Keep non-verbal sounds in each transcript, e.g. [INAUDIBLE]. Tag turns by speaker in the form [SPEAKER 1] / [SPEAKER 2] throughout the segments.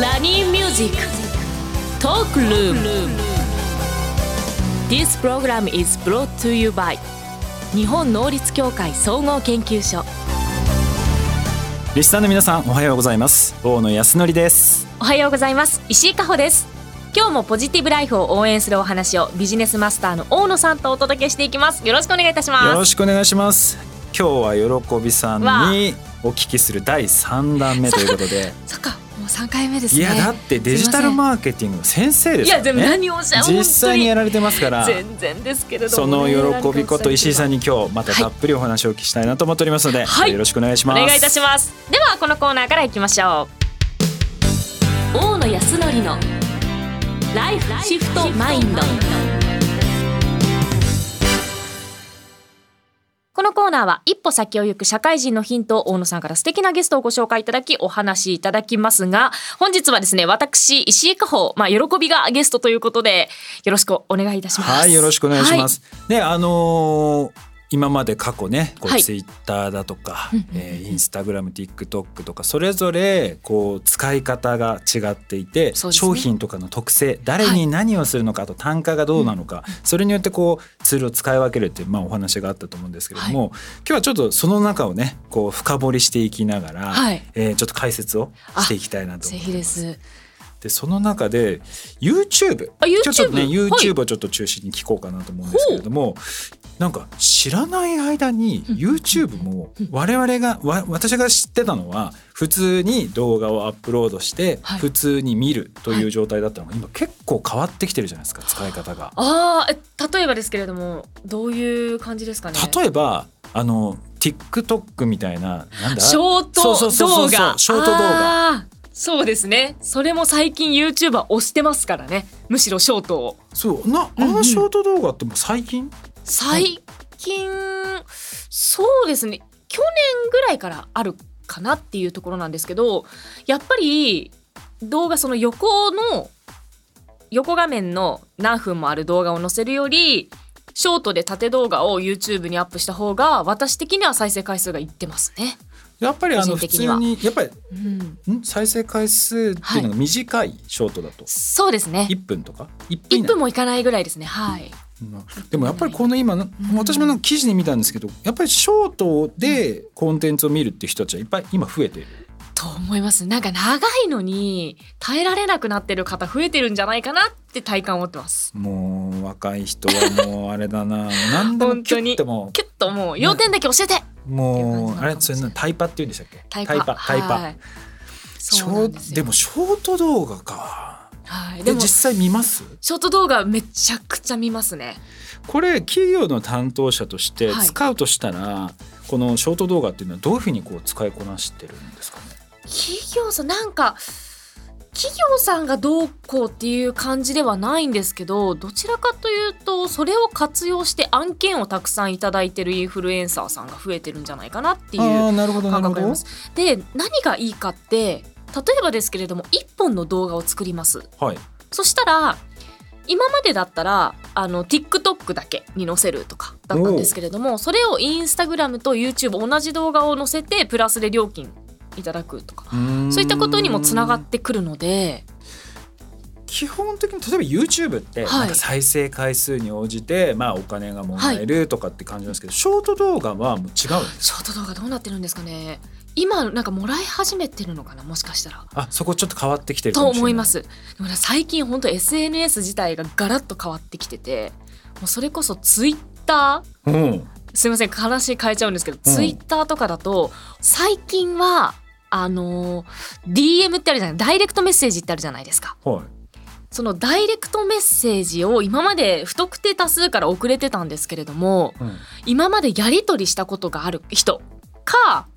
[SPEAKER 1] ラニーミュージックトークルーム This program is brought to you by 日本能率協会総合研究所
[SPEAKER 2] リスナーの皆さんおはようございます大野康則です
[SPEAKER 1] おはようございます石井加穂です今日もポジティブライフを応援するお話をビジネスマスターの大野さんとお届けしていきますよろしくお願いいたし
[SPEAKER 2] よ
[SPEAKER 1] ま
[SPEAKER 2] ろ
[SPEAKER 1] す
[SPEAKER 2] しくお願いします今日は喜びさん
[SPEAKER 1] わあ
[SPEAKER 2] にお聞きする第3弾目ということで
[SPEAKER 1] [LAUGHS] そっかもう三回目です
[SPEAKER 2] い
[SPEAKER 1] ね
[SPEAKER 2] やだってデジタルマーケティングの先生で
[SPEAKER 1] い
[SPEAKER 2] す
[SPEAKER 1] や
[SPEAKER 2] から
[SPEAKER 1] でも
[SPEAKER 2] ね
[SPEAKER 1] 何をおっしゃる
[SPEAKER 2] 実際にやられてますから
[SPEAKER 1] 全然ですけれど
[SPEAKER 2] そ
[SPEAKER 1] も
[SPEAKER 2] の
[SPEAKER 1] ね、
[SPEAKER 2] 喜びこと石井さん
[SPEAKER 1] に
[SPEAKER 2] に今日またたっぷりお話をお聞きしたいなと思っておりますので、
[SPEAKER 1] はい
[SPEAKER 2] よろしくお願いし
[SPEAKER 1] お
[SPEAKER 2] ます
[SPEAKER 1] 願いいたしますではこのコーナーからいきましょう大野康則のライフシフトマインドこのコーナーは一歩先を行く社会人のヒントを大野さんから素敵なゲストをご紹介いただきお話しいただきますが本日はですね私石井加穂まあ喜びがゲストということでよろしくお願いいたします、
[SPEAKER 2] はいよろしくお願いしますす、ねあのー今まで過去ねこ
[SPEAKER 1] は
[SPEAKER 2] う
[SPEAKER 1] い
[SPEAKER 2] ツイッターだとか、
[SPEAKER 1] うんうんうん
[SPEAKER 2] えーインスタグラム TikTok とかそれぞれこう使い方が違っていて、
[SPEAKER 1] そうですね
[SPEAKER 2] 商品とかの特性誰に何をするのか、あと単価がどうなのか、それによってこうツールを使い分けるっていう、まあ、お話があったと思うんですけれども、今日はちょっとその中をねこう深掘りしていきながら、
[SPEAKER 1] はい
[SPEAKER 2] えーちょっと解説をしていきたいなと
[SPEAKER 1] ぜ
[SPEAKER 2] 思い
[SPEAKER 1] ひ
[SPEAKER 2] ま。
[SPEAKER 1] ですす
[SPEAKER 2] でその中で YouTube,
[SPEAKER 1] あ YouTube
[SPEAKER 2] ちょっとね
[SPEAKER 1] はい
[SPEAKER 2] YouTube をちょっと中心に聞こうかなと思うんですけれども、なんか知らない間に
[SPEAKER 1] うん
[SPEAKER 2] YouTube も
[SPEAKER 1] うん
[SPEAKER 2] 我々がわ私が知ってたのは普通に動画をアップロードして
[SPEAKER 1] はい
[SPEAKER 2] 普通に見るとい
[SPEAKER 1] は
[SPEAKER 2] う状態だったのが今結構変わってきてるじゃないですか使い方が。
[SPEAKER 1] ああ例えばですけれどもどういう感じですかね
[SPEAKER 2] 例えばあの TikTok みたいななんだ
[SPEAKER 1] ショート動画
[SPEAKER 2] そうそうそうそうショート動画
[SPEAKER 1] あーそうですねそれも最近 YouTuber は押してますからねむしろショートを
[SPEAKER 2] そうなあ
[SPEAKER 1] うんう
[SPEAKER 2] の
[SPEAKER 1] ん
[SPEAKER 2] ショート動画ってもう最近、
[SPEAKER 1] 最近、そうですね去年ぐらいからあるかなっていうところなんですけどやっぱり動画その横の横画面の何分もある動画を載せるよりショートで縦動画を YouTube にアップした方が私的には再生回数がいってますね。
[SPEAKER 2] やっぱりあの
[SPEAKER 1] 個人
[SPEAKER 2] 普
[SPEAKER 1] 的に
[SPEAKER 2] 通
[SPEAKER 1] は
[SPEAKER 2] にやっぱり
[SPEAKER 1] うん、
[SPEAKER 2] ん再生回数っていうのが短いショートだと、
[SPEAKER 1] そうですね
[SPEAKER 2] 一1分とか1分以
[SPEAKER 1] 一
[SPEAKER 2] 内
[SPEAKER 1] 分もいかないぐらいですね。はい。
[SPEAKER 2] うんでもやっぱりこの今な私もなんか記事に見たんですけどやっぱりショートでコンテンツを見るって人たちはいっぱい今増えている
[SPEAKER 1] と思います。なんか長いのに耐えられなくなってる方増えてるんじゃないかなって体感を持ってます。
[SPEAKER 2] もう若い人はもうあれ
[SPEAKER 1] [LAUGHS]
[SPEAKER 2] だな何でもキュッても
[SPEAKER 1] キュッともう要点だけ教えて。
[SPEAKER 2] も
[SPEAKER 1] っていう感じなのかも
[SPEAKER 2] うあれそれなタイパっていうんでしたっけ
[SPEAKER 1] タイ
[SPEAKER 2] タイ
[SPEAKER 1] パ。
[SPEAKER 2] パタイパ
[SPEAKER 1] はい
[SPEAKER 2] シ
[SPEAKER 1] そうな
[SPEAKER 2] ョ
[SPEAKER 1] んです
[SPEAKER 2] ー
[SPEAKER 1] よ
[SPEAKER 2] でもショート動画か
[SPEAKER 1] はい。で
[SPEAKER 2] で
[SPEAKER 1] も
[SPEAKER 2] 実際見ます
[SPEAKER 1] ショート動画めちゃくちゃ見ますね。
[SPEAKER 2] これ企業の担当者として
[SPEAKER 1] はい
[SPEAKER 2] 使うとしたら、このショート動画っていうのはどういうふうにこう使いこなしてるんですかね
[SPEAKER 1] 企業さんなんか企業さんがどうこうっていう感じではないんですけどどちらかというとそれを活用して案件をたくさんいただいてるインフルエンサーさんが増えてるんじゃないかなっていう
[SPEAKER 2] あーなるほどな
[SPEAKER 1] 感覚あ
[SPEAKER 2] るほ
[SPEAKER 1] り
[SPEAKER 2] ど
[SPEAKER 1] ま。す。で何がいいかって例えばですけれども1本の動画を作ります。
[SPEAKER 2] はい。
[SPEAKER 1] そしたら今までだったらあの TikTok だけに載せるとかだったんですけれどもそれを Instagram と YouTube 同じ動画を載せてプラスで料金いただくとかそういったことにもつながってくるので
[SPEAKER 2] 基本的に例えば YouTube って
[SPEAKER 1] はい
[SPEAKER 2] なんか再生回数に応じて、まあお金がもらえるとかって感じなんですけど、ショート動画はもう違うんです。
[SPEAKER 1] ショート動画どうなってるんですかね今なんかもらい始めてるのかなもしかしたら。
[SPEAKER 2] あそこちょっと変わってきてるか
[SPEAKER 1] と
[SPEAKER 2] もしれな
[SPEAKER 1] 思
[SPEAKER 2] い。
[SPEAKER 1] いま。すでもね最近本当 SNS 自体がガラッと変わってきててもうそれこそ Twitter
[SPEAKER 2] うん。
[SPEAKER 1] すいません話変えちゃうんですけど、
[SPEAKER 2] うん
[SPEAKER 1] ツイッターとかだと最近はあのー DM ってあるじゃないダイレクトメッセージってあるじゃないですか
[SPEAKER 2] はい。
[SPEAKER 1] そのダイレクトメッセージを今まで不特定多数から送れてたんですけれども
[SPEAKER 2] うん
[SPEAKER 1] 今までやり取りしたことがある人か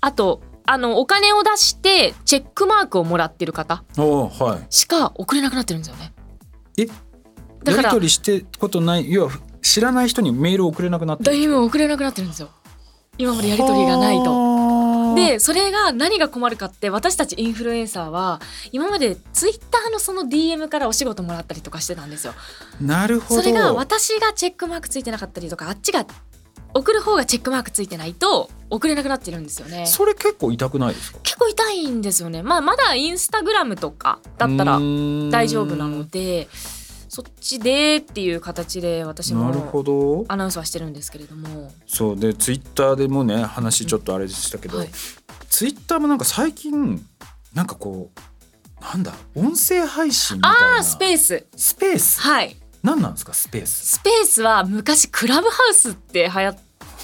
[SPEAKER 1] あとあのお金を出してチェックマークをもらってる方
[SPEAKER 2] おーは
[SPEAKER 1] しか送れなくなってるんですよね。
[SPEAKER 2] えい。
[SPEAKER 1] だ
[SPEAKER 2] や
[SPEAKER 1] か
[SPEAKER 2] り
[SPEAKER 1] ら
[SPEAKER 2] 取りしてことない要は知らない人にメールを送れなくなって
[SPEAKER 1] だ
[SPEAKER 2] る。
[SPEAKER 1] いぶ送れなくなってるんですよ今までやり取りがないと。
[SPEAKER 2] と
[SPEAKER 1] でそれが何が困るかって私たちインフルエンサーは今までツイッターのその DM からお仕事もらったりとかしてたんですよ。
[SPEAKER 2] なるほ
[SPEAKER 1] そ
[SPEAKER 2] ど。
[SPEAKER 1] れが私がチェックマークついてなかったりとかあっちが送る方がチェックマークついてないと送れなくなってるんですよね
[SPEAKER 2] それ結構痛くないですか
[SPEAKER 1] 結構痛いんですよねまあまだインスタグラムとかだったら大丈夫なのでそっちでっていう形で私
[SPEAKER 2] なる
[SPEAKER 1] も
[SPEAKER 2] ほど
[SPEAKER 1] アナウンスはしてるんですけれども
[SPEAKER 2] そうでツイッターでもね話ちょっとあれでしたけど、
[SPEAKER 1] はい
[SPEAKER 2] ツイッターもなんか最近なんかこうなんだ音声配信みたいな
[SPEAKER 1] あスペース
[SPEAKER 2] スペース
[SPEAKER 1] はい
[SPEAKER 2] 何なんですかスペース
[SPEAKER 1] スペースは昔クラブハウスって流行っ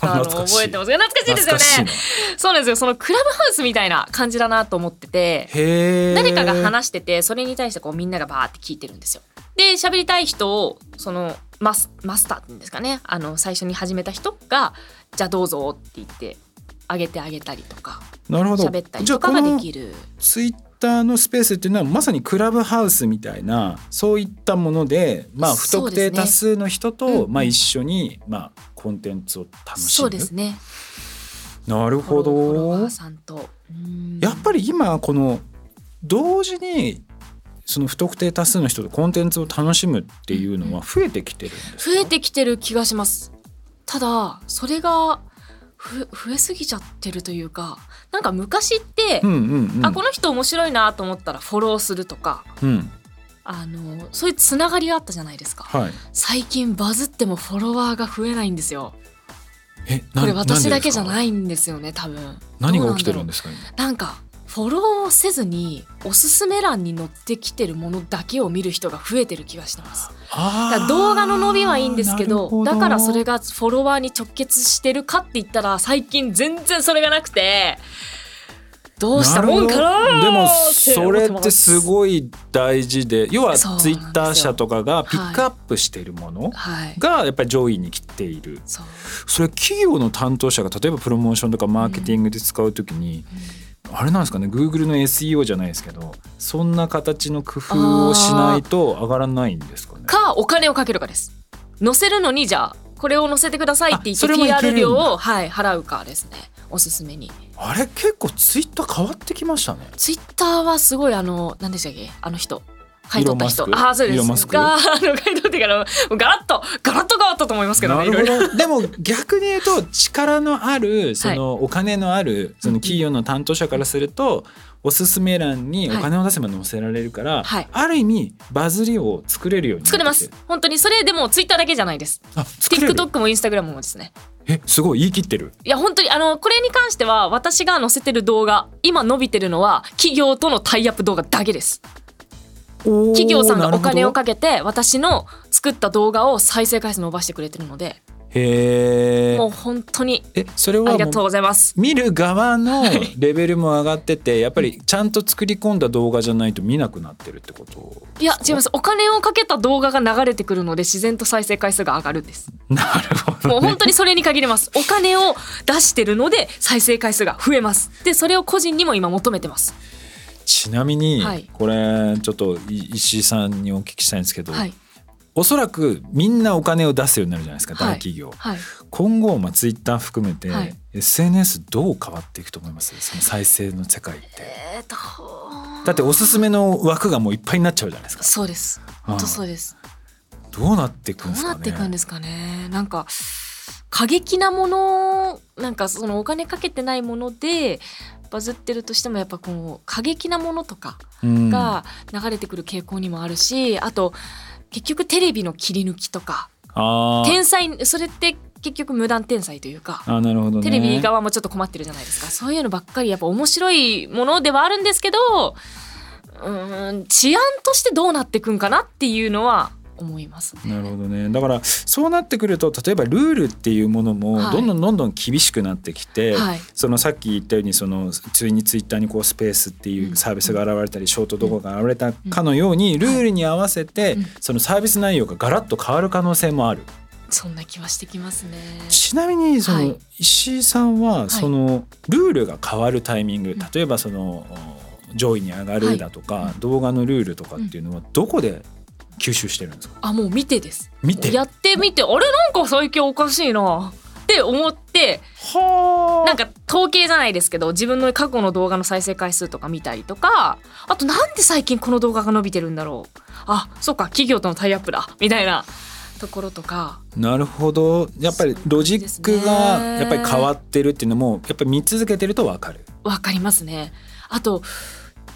[SPEAKER 1] たのを
[SPEAKER 2] 懐かしい
[SPEAKER 1] 覚えてます懐かしいですよね
[SPEAKER 2] 懐かし
[SPEAKER 1] そうなんですよそのクラブハウスみたいな感じだなと思ってて
[SPEAKER 2] いなへえ
[SPEAKER 1] 誰かが話しててそれに対してこうみんながバーって聞いてるんですよ。で喋りたい人をそのマスマスターって言うんですかねあの最初に始めた人が「じゃあどうぞ」って言ってあげてあげたりとか
[SPEAKER 2] なるほど
[SPEAKER 1] 喋ったりとかができる。
[SPEAKER 2] ツイッターのスペースっていうのはまさにクラブハウスみたいなそういったもので、まあ、不
[SPEAKER 1] そう
[SPEAKER 2] 特
[SPEAKER 1] ですね
[SPEAKER 2] 定多数の人と、
[SPEAKER 1] うんうん
[SPEAKER 2] まあ、一緒に、まあ、コンテンツを楽しむ
[SPEAKER 1] そうですね。
[SPEAKER 2] なるほ
[SPEAKER 1] フォロワ
[SPEAKER 2] ど
[SPEAKER 1] ー。さんとうん
[SPEAKER 2] やっぱり今この同時にその不特定多数の人とコンテンツを楽しむっていうのは増えてきてるんですか
[SPEAKER 1] 増えてきてる気がします。ただそれがふ増えすぎちゃってるというかなんか昔って、
[SPEAKER 2] うんうんうん
[SPEAKER 1] あこの人面白いなと思ったらフォローするとか
[SPEAKER 2] うん
[SPEAKER 1] あのそういうつながりがあったじゃないですか
[SPEAKER 2] はい
[SPEAKER 1] 最近バズってもフォロワーが増えないんですよ
[SPEAKER 2] えな
[SPEAKER 1] これ私だけじゃ
[SPEAKER 2] なんでで
[SPEAKER 1] ないんですよね多分
[SPEAKER 2] すか何が起きてるん
[SPEAKER 1] で
[SPEAKER 2] ですか今
[SPEAKER 1] なんかフォローをせずにおすすめ欄に載ってきてるものだけを見る人が増えてる気がしてますだから動画の伸びはいいんですけどだからそれが
[SPEAKER 2] が
[SPEAKER 1] フォロワーに直結してるかって言ったら最近全然それがなくてどうしたもんかな
[SPEAKER 2] るほどでも
[SPEAKER 1] て思
[SPEAKER 2] それ
[SPEAKER 1] ま
[SPEAKER 2] ってすごい大事で要は
[SPEAKER 1] そうなんです
[SPEAKER 2] ツイ
[SPEAKER 1] よ
[SPEAKER 2] ッター社とかがピックアップしているもの
[SPEAKER 1] はい
[SPEAKER 2] がやっぱり上位に来ている
[SPEAKER 1] そう、
[SPEAKER 2] それ企業の担当者が例えばプロモーションとかマーケティングで使うときに、あれなんですかね Google の SEO じゃないですけどそんな形の工夫をしないと上がらないんですかね。
[SPEAKER 1] かお金をかけるかです載せるのにじゃあこれを載せてくださいって言って
[SPEAKER 2] あそれもいけるんだ
[SPEAKER 1] PR 料を、はい、払うかですねおすすめに
[SPEAKER 2] あれ結構ツイッター変わってきましたね。
[SPEAKER 1] ツイッターはすごいあの何でしたっけあの人買い取った人
[SPEAKER 2] イーロンマスク
[SPEAKER 1] ああそうで
[SPEAKER 2] イ
[SPEAKER 1] すが
[SPEAKER 2] ーロンマスク
[SPEAKER 1] あの買い取ってからガラッとガラッと変わったと思いますけどねいろいろ
[SPEAKER 2] どでも逆に言うと力のあるそのお金のあるその企業の担当者からするとおすすめ欄にお金を出せば載せられるから、
[SPEAKER 1] はい
[SPEAKER 2] ある意味バズりを作れるようになって
[SPEAKER 1] 作
[SPEAKER 2] き
[SPEAKER 1] れ
[SPEAKER 2] て
[SPEAKER 1] ます本当にそれでもツイッターだけじゃないです
[SPEAKER 2] あ作れる
[SPEAKER 1] TikTok も Instagram もですね
[SPEAKER 2] えすごい言い切ってる
[SPEAKER 1] いや本当にあのこれに関しては私が載せてる動画今伸びてるのは企業とのタイアップ動画だけです
[SPEAKER 2] 企
[SPEAKER 1] 企業さんがお金を
[SPEAKER 2] か
[SPEAKER 1] かけて私の作った動画を再生回数伸ばしてくれてるので
[SPEAKER 2] へえ
[SPEAKER 1] もう本当に
[SPEAKER 2] えそれ
[SPEAKER 1] あ
[SPEAKER 2] は
[SPEAKER 1] り
[SPEAKER 2] も
[SPEAKER 1] が
[SPEAKER 2] う
[SPEAKER 1] とうございます
[SPEAKER 2] 見る側のレベルも上がっててやっぱりちゃんと作り込んだ動画じゃないと見なくなってるってこと
[SPEAKER 1] いや違いますお金をかけた動画が流れてくるので自然と再生回数が上がるん
[SPEAKER 2] [LAUGHS]
[SPEAKER 1] です
[SPEAKER 2] なるほ
[SPEAKER 1] もう
[SPEAKER 2] ど、ね
[SPEAKER 1] 本、当にそれに限りますお金を出してるので再生回数が増えますでそれを個人にも今求めてます
[SPEAKER 2] ちなみに
[SPEAKER 1] はい
[SPEAKER 2] これちょっとい石井さんにお聞きしたいんですけど、
[SPEAKER 1] はい
[SPEAKER 2] おそらくみんなお金を出すようになるじゃないですか、
[SPEAKER 1] はい
[SPEAKER 2] 大企業
[SPEAKER 1] はい
[SPEAKER 2] 今後、まあ、ツイッター含めて、
[SPEAKER 1] はい
[SPEAKER 2] SNS どう変わっていくと思いますその再生の世界って
[SPEAKER 1] えーっと
[SPEAKER 2] だっておすすめの枠がもういっぱいになっちゃうじゃないですか
[SPEAKER 1] そうです本当そうです
[SPEAKER 2] どうなっていく
[SPEAKER 1] ど
[SPEAKER 2] ん
[SPEAKER 1] う
[SPEAKER 2] です
[SPEAKER 1] な
[SPEAKER 2] か
[SPEAKER 1] っていくん
[SPEAKER 2] ね
[SPEAKER 1] ですかねなんか過激なものなんかそのお金かけてないものでバズってるとしてもやっぱこの過激なものとか
[SPEAKER 2] うん
[SPEAKER 1] が流れてくる傾向にもあるし、あと結局テレビの切り抜きとか
[SPEAKER 2] あー
[SPEAKER 1] 天才それって結局無断天才というか。
[SPEAKER 2] あーなるほどね
[SPEAKER 1] テレビ側もちょっと困ってるじゃないですかそういうのばっかりやっぱ面白いものではあるんですけどうーん治安としてどうなっていくんかなっていうのは思いますね。
[SPEAKER 2] なるほどねだからそうなってくると例えばルールっていうもの
[SPEAKER 1] は
[SPEAKER 2] も
[SPEAKER 1] い
[SPEAKER 2] どんどんどんどん厳しくなってきて、
[SPEAKER 1] はい
[SPEAKER 2] そのさっき言ったようにそのついにツイッターにこうスペースっていうサービスが現れたり、ショート動画が現れたかのように、ルールに合わせて、
[SPEAKER 1] うん
[SPEAKER 2] そのサービス内容がガラッと変わる可能性もある。
[SPEAKER 1] そんな気はしてきますね。
[SPEAKER 2] ちなみにその、
[SPEAKER 1] はい
[SPEAKER 2] 石井さんはそのルールが変わるタイミング、
[SPEAKER 1] ん
[SPEAKER 2] 例えばそのお上位に上がるだとか、
[SPEAKER 1] は
[SPEAKER 2] 動画のルールとかっていうのはどこで吸収してるんですか、
[SPEAKER 1] あもう見てです。
[SPEAKER 2] 見て
[SPEAKER 1] やってみてあれなんか最近おかしいなって思って
[SPEAKER 2] は
[SPEAKER 1] なんか統計じゃないですけど自分の過去の動画の再生回数とか見たりとかあとなんで最近この動画が伸びてるんだろうあそっか企業とのタイアップだみたいなところとか
[SPEAKER 2] なるほどやっぱりロジック
[SPEAKER 1] そうです
[SPEAKER 2] が
[SPEAKER 1] ね
[SPEAKER 2] やっぱり変わってるっていうのもやっぱり見続けてるとわかる
[SPEAKER 1] わかりますね。あと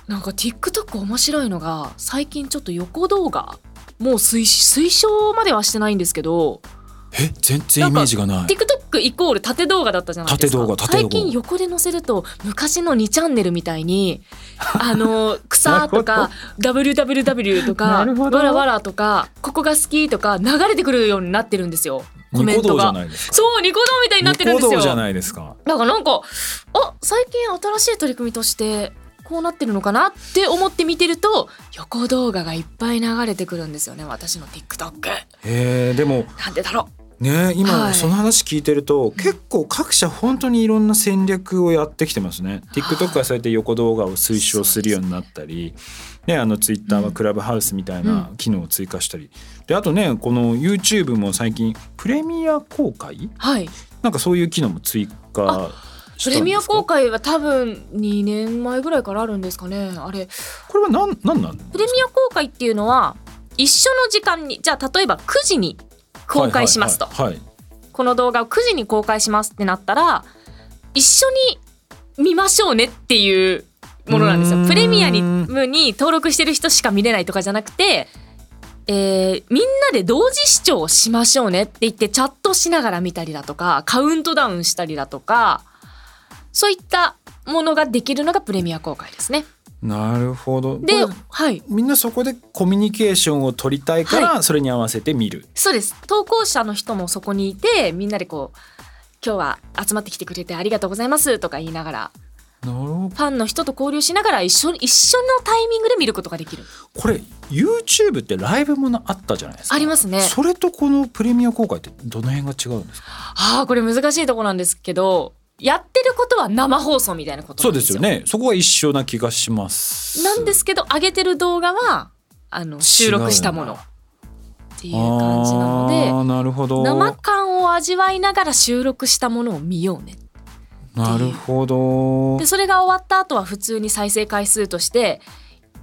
[SPEAKER 1] なんか TikTok 面白いのが最近ちょっと横動画もう推推奨まではしてないんですけど
[SPEAKER 2] え全然イメージがない
[SPEAKER 1] TikTok イコール縦動画だったじゃないですか
[SPEAKER 2] 縦動画縦
[SPEAKER 1] 最
[SPEAKER 2] 動画
[SPEAKER 1] 近横で載せると昔の2チャンネルみたい
[SPEAKER 2] [LAUGHS]
[SPEAKER 1] にあの草とか WWW とか
[SPEAKER 2] なるほど
[SPEAKER 1] わらわらとかここが好きとか流れてくるようになってるんですよコ
[SPEAKER 2] ニ
[SPEAKER 1] メン
[SPEAKER 2] コ
[SPEAKER 1] ト
[SPEAKER 2] 動じゃ
[SPEAKER 1] が
[SPEAKER 2] ないですか
[SPEAKER 1] そうニコ動みたいになってるん
[SPEAKER 2] ニ
[SPEAKER 1] です
[SPEAKER 2] コ
[SPEAKER 1] よ
[SPEAKER 2] 動じゃないですか
[SPEAKER 1] だからなんかあ最近新しい取り組みとしてこうなってるのかなって思って見てると横動画がいっぱい流れてくるんですよね私の TikTok
[SPEAKER 2] へえでも
[SPEAKER 1] なんでだろ
[SPEAKER 2] ね
[SPEAKER 1] は
[SPEAKER 2] 今
[SPEAKER 1] い
[SPEAKER 2] その話聞いてると、結構各社本当にいろんな戦略をやってきてますね。TikTok はそうやって横動画を推奨するようになったり、ねあの Twitter はクラブハウスみたいな機能を追加したり、であとねこの YouTube も最近プレミア公開
[SPEAKER 1] うはい
[SPEAKER 2] なんかそういう機能も追加した
[SPEAKER 1] プ
[SPEAKER 2] んですか。
[SPEAKER 1] レミア公開は多分2年前ぐらいからあるんですかねあれ
[SPEAKER 2] これはなんなんなん
[SPEAKER 1] プレミア公開っていうのは一緒の時間にじゃあ例えば9時に公開しますと、
[SPEAKER 2] はいはいはいはい
[SPEAKER 1] この動画を9時に公開しますってなったら一緒に見ましょうねっていうものなんです
[SPEAKER 2] うー
[SPEAKER 1] よ。
[SPEAKER 2] ん
[SPEAKER 1] プレミアにに登録してる人しか見れないとかじゃなくて、えーみんなで同時視聴をしましょうねって言ってチャットしながら見たりだとかカウントダウンしたりだとかそういったものができるのがプレミア公開ですね。
[SPEAKER 2] なるほど。
[SPEAKER 1] で
[SPEAKER 2] これ、
[SPEAKER 1] はい、
[SPEAKER 2] みんなそこでコミュニケーションを取りたいから、それに合わせて見る。
[SPEAKER 1] そうです投稿者の人もそこにいてみんなでこう今日は集まってきてくれてありがとうございますとか言いながら
[SPEAKER 2] なるほど。
[SPEAKER 1] ファンの人と交流しながら一緒に一緒のタイミングで見ることができる。
[SPEAKER 2] これ YouTube ってライブものあったじゃないですか
[SPEAKER 1] ありますね。
[SPEAKER 2] それとこのプレミア公開ってどの辺が違うんですか
[SPEAKER 1] ああこれ難しいとこなんですけど、やってることは生放送みたいなことな
[SPEAKER 2] そうん
[SPEAKER 1] で
[SPEAKER 2] ですす
[SPEAKER 1] よ。
[SPEAKER 2] よ。ねそこは一緒な気がします
[SPEAKER 1] なんですけど上げてる動画はあの収録したもの
[SPEAKER 2] 違うんだ
[SPEAKER 1] っていう感じなの
[SPEAKER 2] あ
[SPEAKER 1] で。
[SPEAKER 2] ーなるほど
[SPEAKER 1] 生感を味わいながら収録したものを見ようね
[SPEAKER 2] なるほど
[SPEAKER 1] でそれが終わった後は普通に再生回数として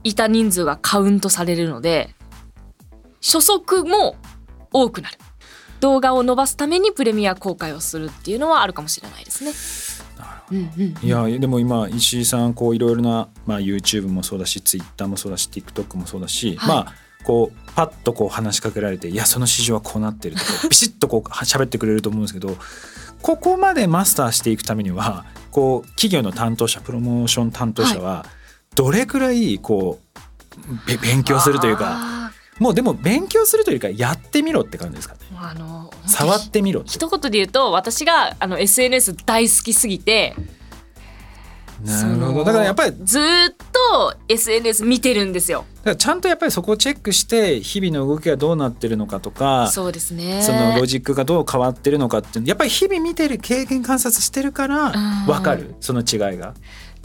[SPEAKER 1] いた人数がカウントされるので初速も多くなる動画を伸ばすためにプレミア公開をするっていうのはあるかもしれないですね。うんうん
[SPEAKER 2] いやでも今石井さんこういろいろな、まあ、YouTube もそうだし Twitter もそうだし TikTok もそうだし、
[SPEAKER 1] はい
[SPEAKER 2] まあこうパッとこう話しかけられて「いやその市場はこうなってる」と
[SPEAKER 1] [LAUGHS]
[SPEAKER 2] かビシッとこうは喋ってくれると思うんですけどここまでマスターしていくためにはこう企業の担当者プロモーション担当者はどれくらいこうべ勉強するというか
[SPEAKER 1] あ
[SPEAKER 2] もうでも勉強するというかやってみろって感じですかね
[SPEAKER 1] ーもうあの
[SPEAKER 2] 触ってみろって
[SPEAKER 1] 一言で言うと私があの SNS 大好きすぎて
[SPEAKER 2] なる
[SPEAKER 1] そ
[SPEAKER 2] ほ
[SPEAKER 1] の
[SPEAKER 2] どだからやっぱり
[SPEAKER 1] ずーっと SNS 見てるんですよ。
[SPEAKER 2] だからちゃんとやっぱりそこをチェックして日々の動きがどうなってるのかとかそ,、
[SPEAKER 1] そうですね
[SPEAKER 2] のロジックがどう変わってるのかっていうのやっぱり日々見てる経験観察してるか
[SPEAKER 1] う
[SPEAKER 2] ら
[SPEAKER 1] ん
[SPEAKER 2] 分かるその違いが。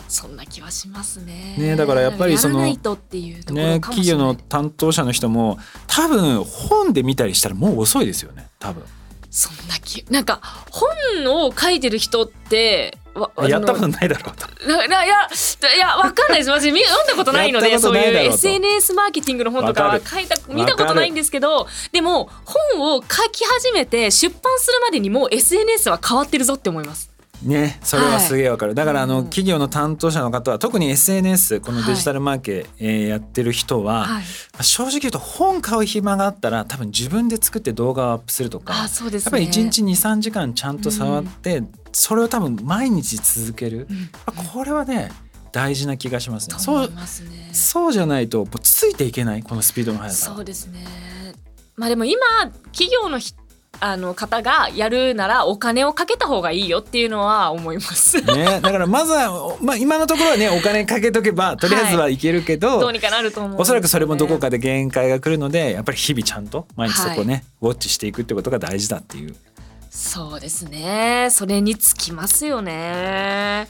[SPEAKER 1] そんな気はしますね。
[SPEAKER 2] ねだからやっぱりその
[SPEAKER 1] やらないとっていうとこ
[SPEAKER 2] ね
[SPEAKER 1] ろかも
[SPEAKER 2] 企
[SPEAKER 1] しれ
[SPEAKER 2] 業
[SPEAKER 1] ない、
[SPEAKER 2] の担当者の人も多分本で見たりしたらもう遅いですよね多分。
[SPEAKER 1] そんな気なんか本を書いてる人ってわあの
[SPEAKER 2] やったことないだ
[SPEAKER 1] [LAUGHS]
[SPEAKER 2] ろうと。
[SPEAKER 1] なないやいやわかんないです私み読んだことないの
[SPEAKER 2] や
[SPEAKER 1] で
[SPEAKER 2] ったこ
[SPEAKER 1] そ
[SPEAKER 2] と
[SPEAKER 1] う
[SPEAKER 2] ないだろう
[SPEAKER 1] いう
[SPEAKER 2] と
[SPEAKER 1] SNS マーケティングの本とか
[SPEAKER 2] わ
[SPEAKER 1] は
[SPEAKER 2] か
[SPEAKER 1] 書いた見たことないんですけどでも本を書き始めて出版するまでにもう SNS は変わってるぞって思います。
[SPEAKER 2] ね、それはすげえわかる、だからあ
[SPEAKER 1] う
[SPEAKER 2] の
[SPEAKER 1] ん
[SPEAKER 2] 企業の担当者の方は特に SNS このデジタルマーケ、えーやってる人
[SPEAKER 1] は
[SPEAKER 2] は、
[SPEAKER 1] い、
[SPEAKER 2] まあ正直言うと本買う暇があったら多分自分で作って動画をアップするとか、
[SPEAKER 1] あそうですね
[SPEAKER 2] やっぱり1日23時間ちゃんと触って、それを多分毎日続ける、
[SPEAKER 1] うん
[SPEAKER 2] あこれはね大事な気がしますね。
[SPEAKER 1] と
[SPEAKER 2] そ
[SPEAKER 1] 思いうますね。
[SPEAKER 2] そうじゃないともうついていけないこのスピードの速さ
[SPEAKER 1] そうですね。まあでも今企業のひあの方がやるならお金をかけた方がいいよっていうのは思い
[SPEAKER 2] [LAUGHS]
[SPEAKER 1] ます。
[SPEAKER 2] ね、だからまずは、まあ、今のところはねお金かけとけばとりあえずはいけるけど、
[SPEAKER 1] どうにかなると思う、
[SPEAKER 2] おそらくそれもどこ。かで限界が来るのでやっぱり日々ちゃんと毎日そこをね、ウォッチしていくってことが大事だっていう
[SPEAKER 1] そうですね。それにつきますよね。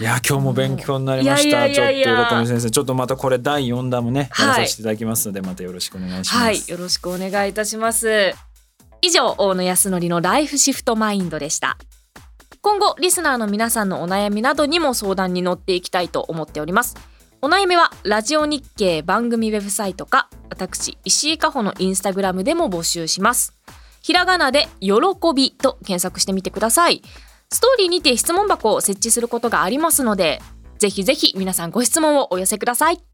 [SPEAKER 2] いや今日も勉強になりまし
[SPEAKER 1] いや
[SPEAKER 2] た。
[SPEAKER 1] い
[SPEAKER 2] ちょ
[SPEAKER 1] や
[SPEAKER 2] っ
[SPEAKER 1] いやいや
[SPEAKER 2] と喜び先生、ちょっとまたこれ第四弾もね、
[SPEAKER 1] はい
[SPEAKER 2] やらさせていただきますので、またよろしくお願いします。
[SPEAKER 1] はい、よろしくお願いいたします。以上、大野康則のライフシフトマインドでした。今後、リスナーの皆さんのお悩みなどにも相談に乗っていきたいと思っております。お悩みは、ラジオ日経番組ウェブサイトか、私石井加穂のインスタグラムでも募集しますひらがなで「喜び」と検索してみてくださいストーリーにて質問箱を設置することがありますのでぜひぜひ皆さんご質問をお寄せください